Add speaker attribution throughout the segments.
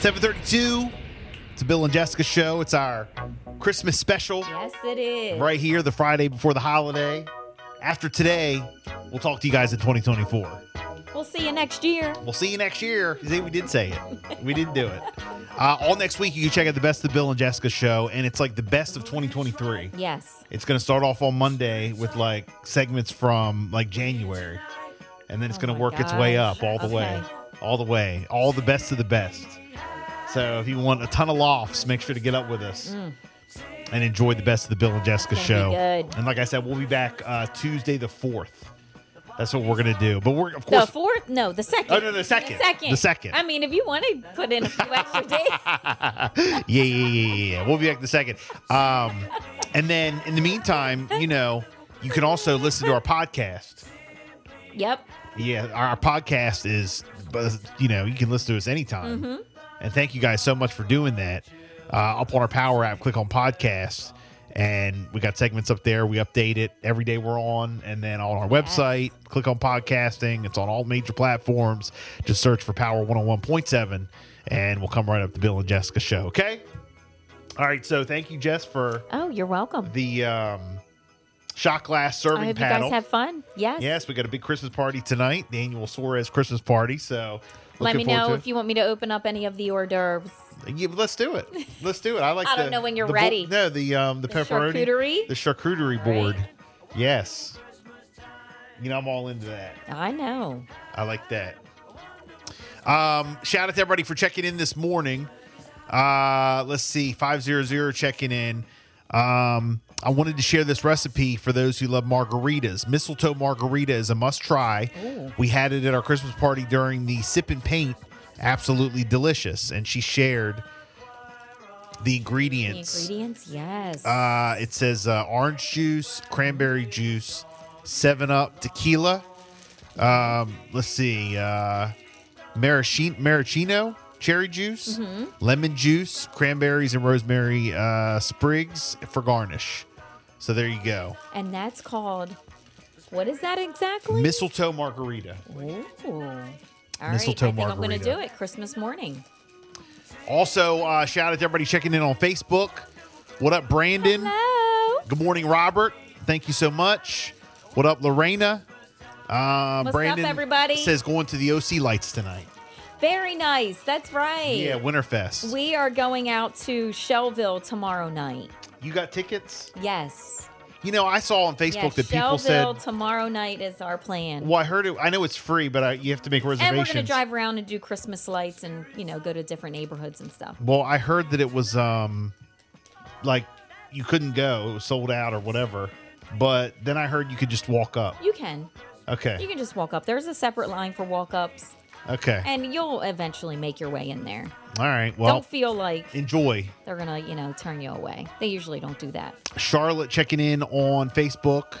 Speaker 1: 732. It's the Bill and Jessica show. It's our Christmas special
Speaker 2: Yes, it is.
Speaker 1: right here, the Friday before the holiday. After today, we'll talk to you guys in 2024.
Speaker 2: We'll see you next year.
Speaker 1: We'll see you next year. See, we did say it. We did do it. Uh, all next week, you can check out the Best of Bill and Jessica show, and it's like the best of 2023.
Speaker 2: Yes.
Speaker 1: It's going to start off on Monday with like segments from like January, and then it's
Speaker 2: Oh
Speaker 1: going
Speaker 2: my
Speaker 1: to work its way
Speaker 2: gosh.
Speaker 1: up all the way,
Speaker 2: Okay.
Speaker 1: all the way, all the best of the best. So if you want a ton of lofts, make sure to get up with us. And enjoy the best of the Bill and Jessica
Speaker 2: Mm. It's
Speaker 1: show.
Speaker 2: gonna be good.
Speaker 1: And like I said, we'll be back uh, Tuesday the fourth. That's what we're gonna do. But we're of
Speaker 2: The
Speaker 1: course
Speaker 2: fourth? No, the second.
Speaker 1: Oh, no, the second.
Speaker 2: The second.
Speaker 1: The second.
Speaker 2: I mean, if you want to put in a few extra days.
Speaker 1: yeah, yeah, yeah, yeah, yeah. We'll be back in a second. Um, and then in the meantime, you know, you can also listen to our podcast.
Speaker 2: Yep.
Speaker 1: Yeah, our, our podcast is, buzz- you know, you can listen to us anytime.
Speaker 2: Mm-hmm.
Speaker 1: And thank you guys so much for doing that. Uh, up on our Power app, click on podcast, and we got segments up there. We update it every day we're on, and then on our website, click on podcasting. It's on all major platforms. Just search for Power 101.7, and we'll come right up to Bill and Jessica show. Okay. All right. So thank you, Jess, for
Speaker 2: Oh, you're welcome.
Speaker 1: the um, shot glass
Speaker 2: I
Speaker 1: serving
Speaker 2: hope you
Speaker 1: paddle.
Speaker 2: guys have fun. Yes.
Speaker 1: Yes, we got a big Christmas party tonight, the annual Suarez Christmas party. So
Speaker 2: Let me
Speaker 1: looking forward
Speaker 2: know
Speaker 1: to
Speaker 2: if you want me to open up any of the hors d'oeuvres.
Speaker 1: it. Yeah, let's do it. Let's do it. I like.
Speaker 2: I don't
Speaker 1: the-
Speaker 2: know when you're
Speaker 1: the bo-
Speaker 2: ready.
Speaker 1: no, the um the,
Speaker 2: The
Speaker 1: pepperoni,
Speaker 2: charcuterie?
Speaker 1: the charcuterie board. Yes. You know I'm all into that.
Speaker 2: I know.
Speaker 1: I like that. Um, shout out to everybody for checking in this morning. Uh, let's see, 500 checking in. Um, I wanted to share this recipe for those who love margaritas. Mistletoe margarita is a must try. We had it at our Christmas party during the sip and paint. Absolutely delicious. And she shared the
Speaker 2: The
Speaker 1: ingredients.
Speaker 2: ingredients, yes.
Speaker 1: Uh, it says uh, orange juice, cranberry juice, Seven Up, tequila. Um, let's see, uh, maraschino, maraschino cherry juice, lemon juice, cranberries, and rosemary uh, sprigs for garnish. So there you go,
Speaker 2: and that's called, what is that exactly?
Speaker 1: mistletoe margarita.
Speaker 2: Ooh. All right,
Speaker 1: Mistletoe
Speaker 2: I think I'm going to
Speaker 1: margarita.
Speaker 2: do it Christmas morning.
Speaker 1: Also, uh, shout out to everybody checking in on Facebook. What up, Brandon?
Speaker 2: Hello.
Speaker 1: Good morning, Robert. Thank you so much. What up, Lorena? Uh,
Speaker 2: What's up,
Speaker 1: Brandon
Speaker 2: everybody?
Speaker 1: says going to the OC lights tonight.
Speaker 2: Very nice. That's right.
Speaker 1: Yeah, Winterfest.
Speaker 2: We are going out to Shellville tomorrow night.
Speaker 1: you got tickets?
Speaker 2: Yes.
Speaker 1: You know, I saw on
Speaker 2: Yes,
Speaker 1: Facebook that people
Speaker 2: Shellville
Speaker 1: said.
Speaker 2: tomorrow night is our plan.
Speaker 1: Well, I heard it. I know it's free, but I, you have to make reservations.
Speaker 2: And we're going to drive around and do Christmas lights and, you know, go to different neighborhoods and stuff.
Speaker 1: Well, I heard that it was um, like you couldn't go; it was sold out or whatever. But then I heard you could just walk up.
Speaker 2: You can. You
Speaker 1: Okay.
Speaker 2: can just walk up. There's a separate line for walk ups,
Speaker 1: Okay.
Speaker 2: and you'll eventually make your way in there.
Speaker 1: All right. Well,
Speaker 2: Don't feel like
Speaker 1: enjoy.
Speaker 2: they're going to, you know, turn you away. They usually don't do that.
Speaker 1: Charlotte checking in on Facebook.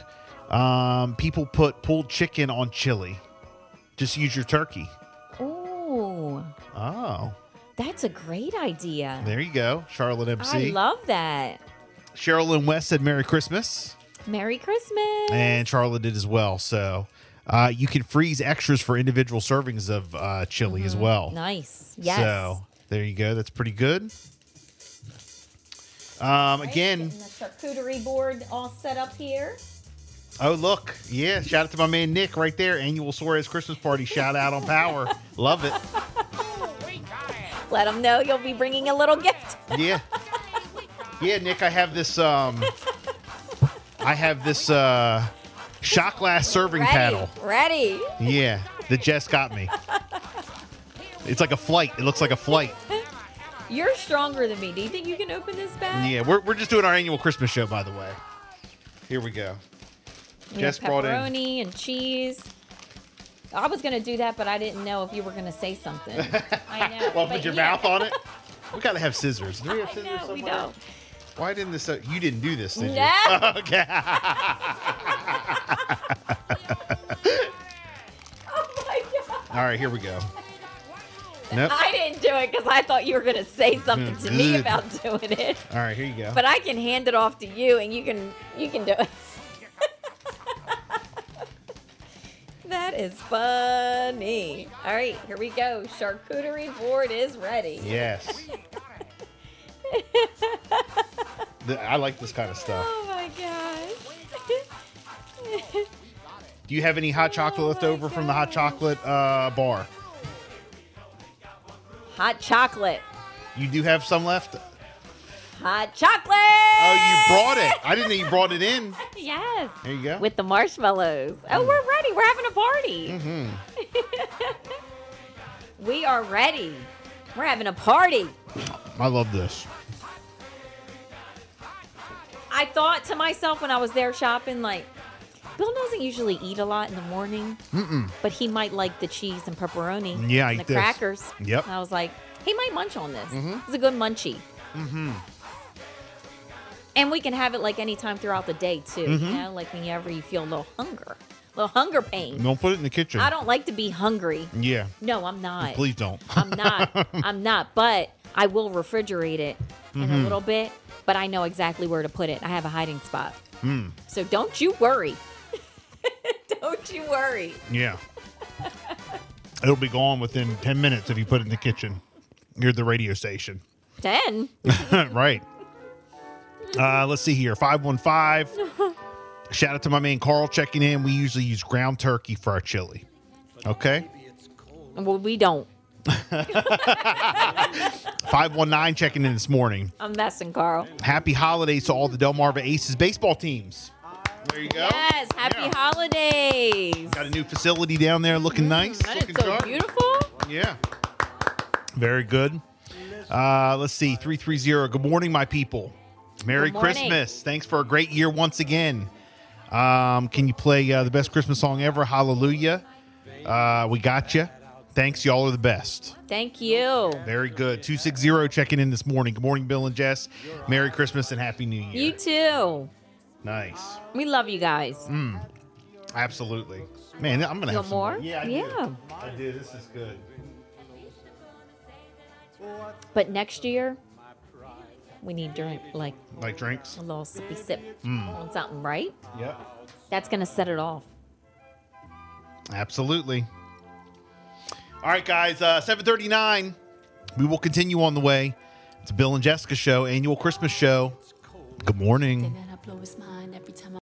Speaker 1: Um, people put pulled chicken on chili. Just use your turkey.
Speaker 2: Ooh,
Speaker 1: Oh,
Speaker 2: that's a great idea.
Speaker 1: there you go, Charlotte
Speaker 2: I
Speaker 1: MC.
Speaker 2: love that.
Speaker 1: Cheryl and West said Merry Christmas,
Speaker 2: Merry Christmas.
Speaker 1: and Charlotte did as well. So uh, you can freeze extras for individual servings of uh, chili as well.
Speaker 2: nice. Mm-hmm. Yes.
Speaker 1: So there you go. That's pretty good. Um, again,
Speaker 2: Getting the charcuterie board all set up here.
Speaker 1: Oh, look. Yeah. Shout out to my man Nick right there. Annual Suarez Christmas Party. Shout out on power. Love it.
Speaker 2: Let them know you'll be bringing a little gift.
Speaker 1: Yeah. Yeah, Nick, I have this um I have this uh shot glass serving
Speaker 2: Ready.
Speaker 1: paddle.
Speaker 2: Ready.
Speaker 1: Yeah. That Jess got me. It's like a flight. It looks like a flight.
Speaker 2: You're stronger than me. Do you think you can open this bag?
Speaker 1: Yeah, we're, we're just doing our annual Christmas show, by the way. Here we go.
Speaker 2: We
Speaker 1: Jess
Speaker 2: have
Speaker 1: brought in-
Speaker 2: pepperoni and cheese. I was gonna do that, but I didn't know if you were gonna say something. I know.
Speaker 1: Well,
Speaker 2: but
Speaker 1: put your
Speaker 2: yeah.
Speaker 1: mouth on it. We gotta have scissors. Do we have
Speaker 2: I
Speaker 1: scissors
Speaker 2: know we
Speaker 1: somewhere?
Speaker 2: don't.
Speaker 1: Why didn't this? Uh, you didn't do this, did you?
Speaker 2: No.
Speaker 1: okay.
Speaker 2: Oh my god!
Speaker 1: All right, here we go. Nope.
Speaker 2: I didn't do it because I thought you were gonna say something to me
Speaker 1: Good.
Speaker 2: about doing it.
Speaker 1: All right, here you go.
Speaker 2: But I can hand it off to you, and you can you can do it. that is funny. All right, here we go. Charcuterie board is ready.
Speaker 1: yes. Th- I like this kind of stuff.
Speaker 2: Oh my gosh.
Speaker 1: Do you have any hot chocolate
Speaker 2: Oh
Speaker 1: left
Speaker 2: my
Speaker 1: over from the hot chocolate uh, bar?
Speaker 2: Hot chocolate.
Speaker 1: You do have some left.
Speaker 2: Hot chocolate.
Speaker 1: Oh, you brought it. I didn't know you brought it in.
Speaker 2: Yes.
Speaker 1: There you go.
Speaker 2: With the marshmallows. Oh, we're ready. We're having a party. we are ready. We're having a party.
Speaker 1: I love this.
Speaker 2: I thought to myself when I was there shopping, like, Bill doesn't usually eat a lot in the morning, but he might like the cheese and pepperoni.
Speaker 1: Yeah, I
Speaker 2: and the
Speaker 1: eat this.
Speaker 2: crackers.
Speaker 1: Yep.
Speaker 2: And I was like, he might munch on this. It's a good munchie. Mm-hmm. And we can have it like any time throughout the day too.
Speaker 1: Mm-hmm.
Speaker 2: You know, like whenever you feel a little hunger, a little hunger pain.
Speaker 1: Don't put it in the kitchen.
Speaker 2: I don't like to be hungry.
Speaker 1: Yeah.
Speaker 2: No, I'm not.
Speaker 1: Please don't.
Speaker 2: I'm not. I'm not. But I will refrigerate it in
Speaker 1: Mm-hmm.
Speaker 2: a little bit. But I know exactly where to put it. I have a hiding spot.
Speaker 1: Hmm.
Speaker 2: So don't you worry. don't you worry.
Speaker 1: Yeah. It'll be gone within 10 minutes if you put it in the kitchen near the radio station.
Speaker 2: Ten.
Speaker 1: right. Uh, let's see here. 515. Shout out to my man Carl checking in. We usually use ground turkey for our chili. Okay.
Speaker 2: Well, we don't.
Speaker 1: 519 checking in this morning.
Speaker 2: I'm messing, Carl.
Speaker 1: Happy holidays to all the Delmarva Aces baseball teams. There you go.
Speaker 2: Yes. Happy
Speaker 1: Yeah.
Speaker 2: holidays.
Speaker 1: Got a new facility down there looking nice.
Speaker 2: Mm, That
Speaker 1: looking
Speaker 2: is so
Speaker 1: sharp.
Speaker 2: beautiful.
Speaker 1: Yeah. Very good. Uh, let's see. 330. Good morning, my people. Merry
Speaker 2: Good morning.
Speaker 1: Christmas. Thanks for a great year once again. Um, can you play uh, the best Christmas song ever? Hallelujah. Uh, we got you. Thanks. Y'all are the best.
Speaker 2: Thank you.
Speaker 1: Very good. 260 checking in this morning. Good morning, Bill and Jess. Merry Christmas and Happy New Year.
Speaker 2: You too.
Speaker 1: Nice.
Speaker 2: We love you guys.
Speaker 1: Mm. Absolutely. Man, I'm going to
Speaker 2: You
Speaker 1: have
Speaker 2: want
Speaker 1: some
Speaker 2: more?
Speaker 1: Yeah, I
Speaker 2: Yeah.
Speaker 1: do. I do. This is good.
Speaker 2: But next year, we need drink like
Speaker 1: Like drinks?
Speaker 2: a little sippy sip on something, right?
Speaker 1: Yep.
Speaker 2: That's gonna set it off.
Speaker 1: Absolutely. All right, guys. Uh, Seven thirty-nine. We will continue on the way. It's Bill and Jessica show, annual Christmas show. Good morning.
Speaker 3: And I blow his mind every time I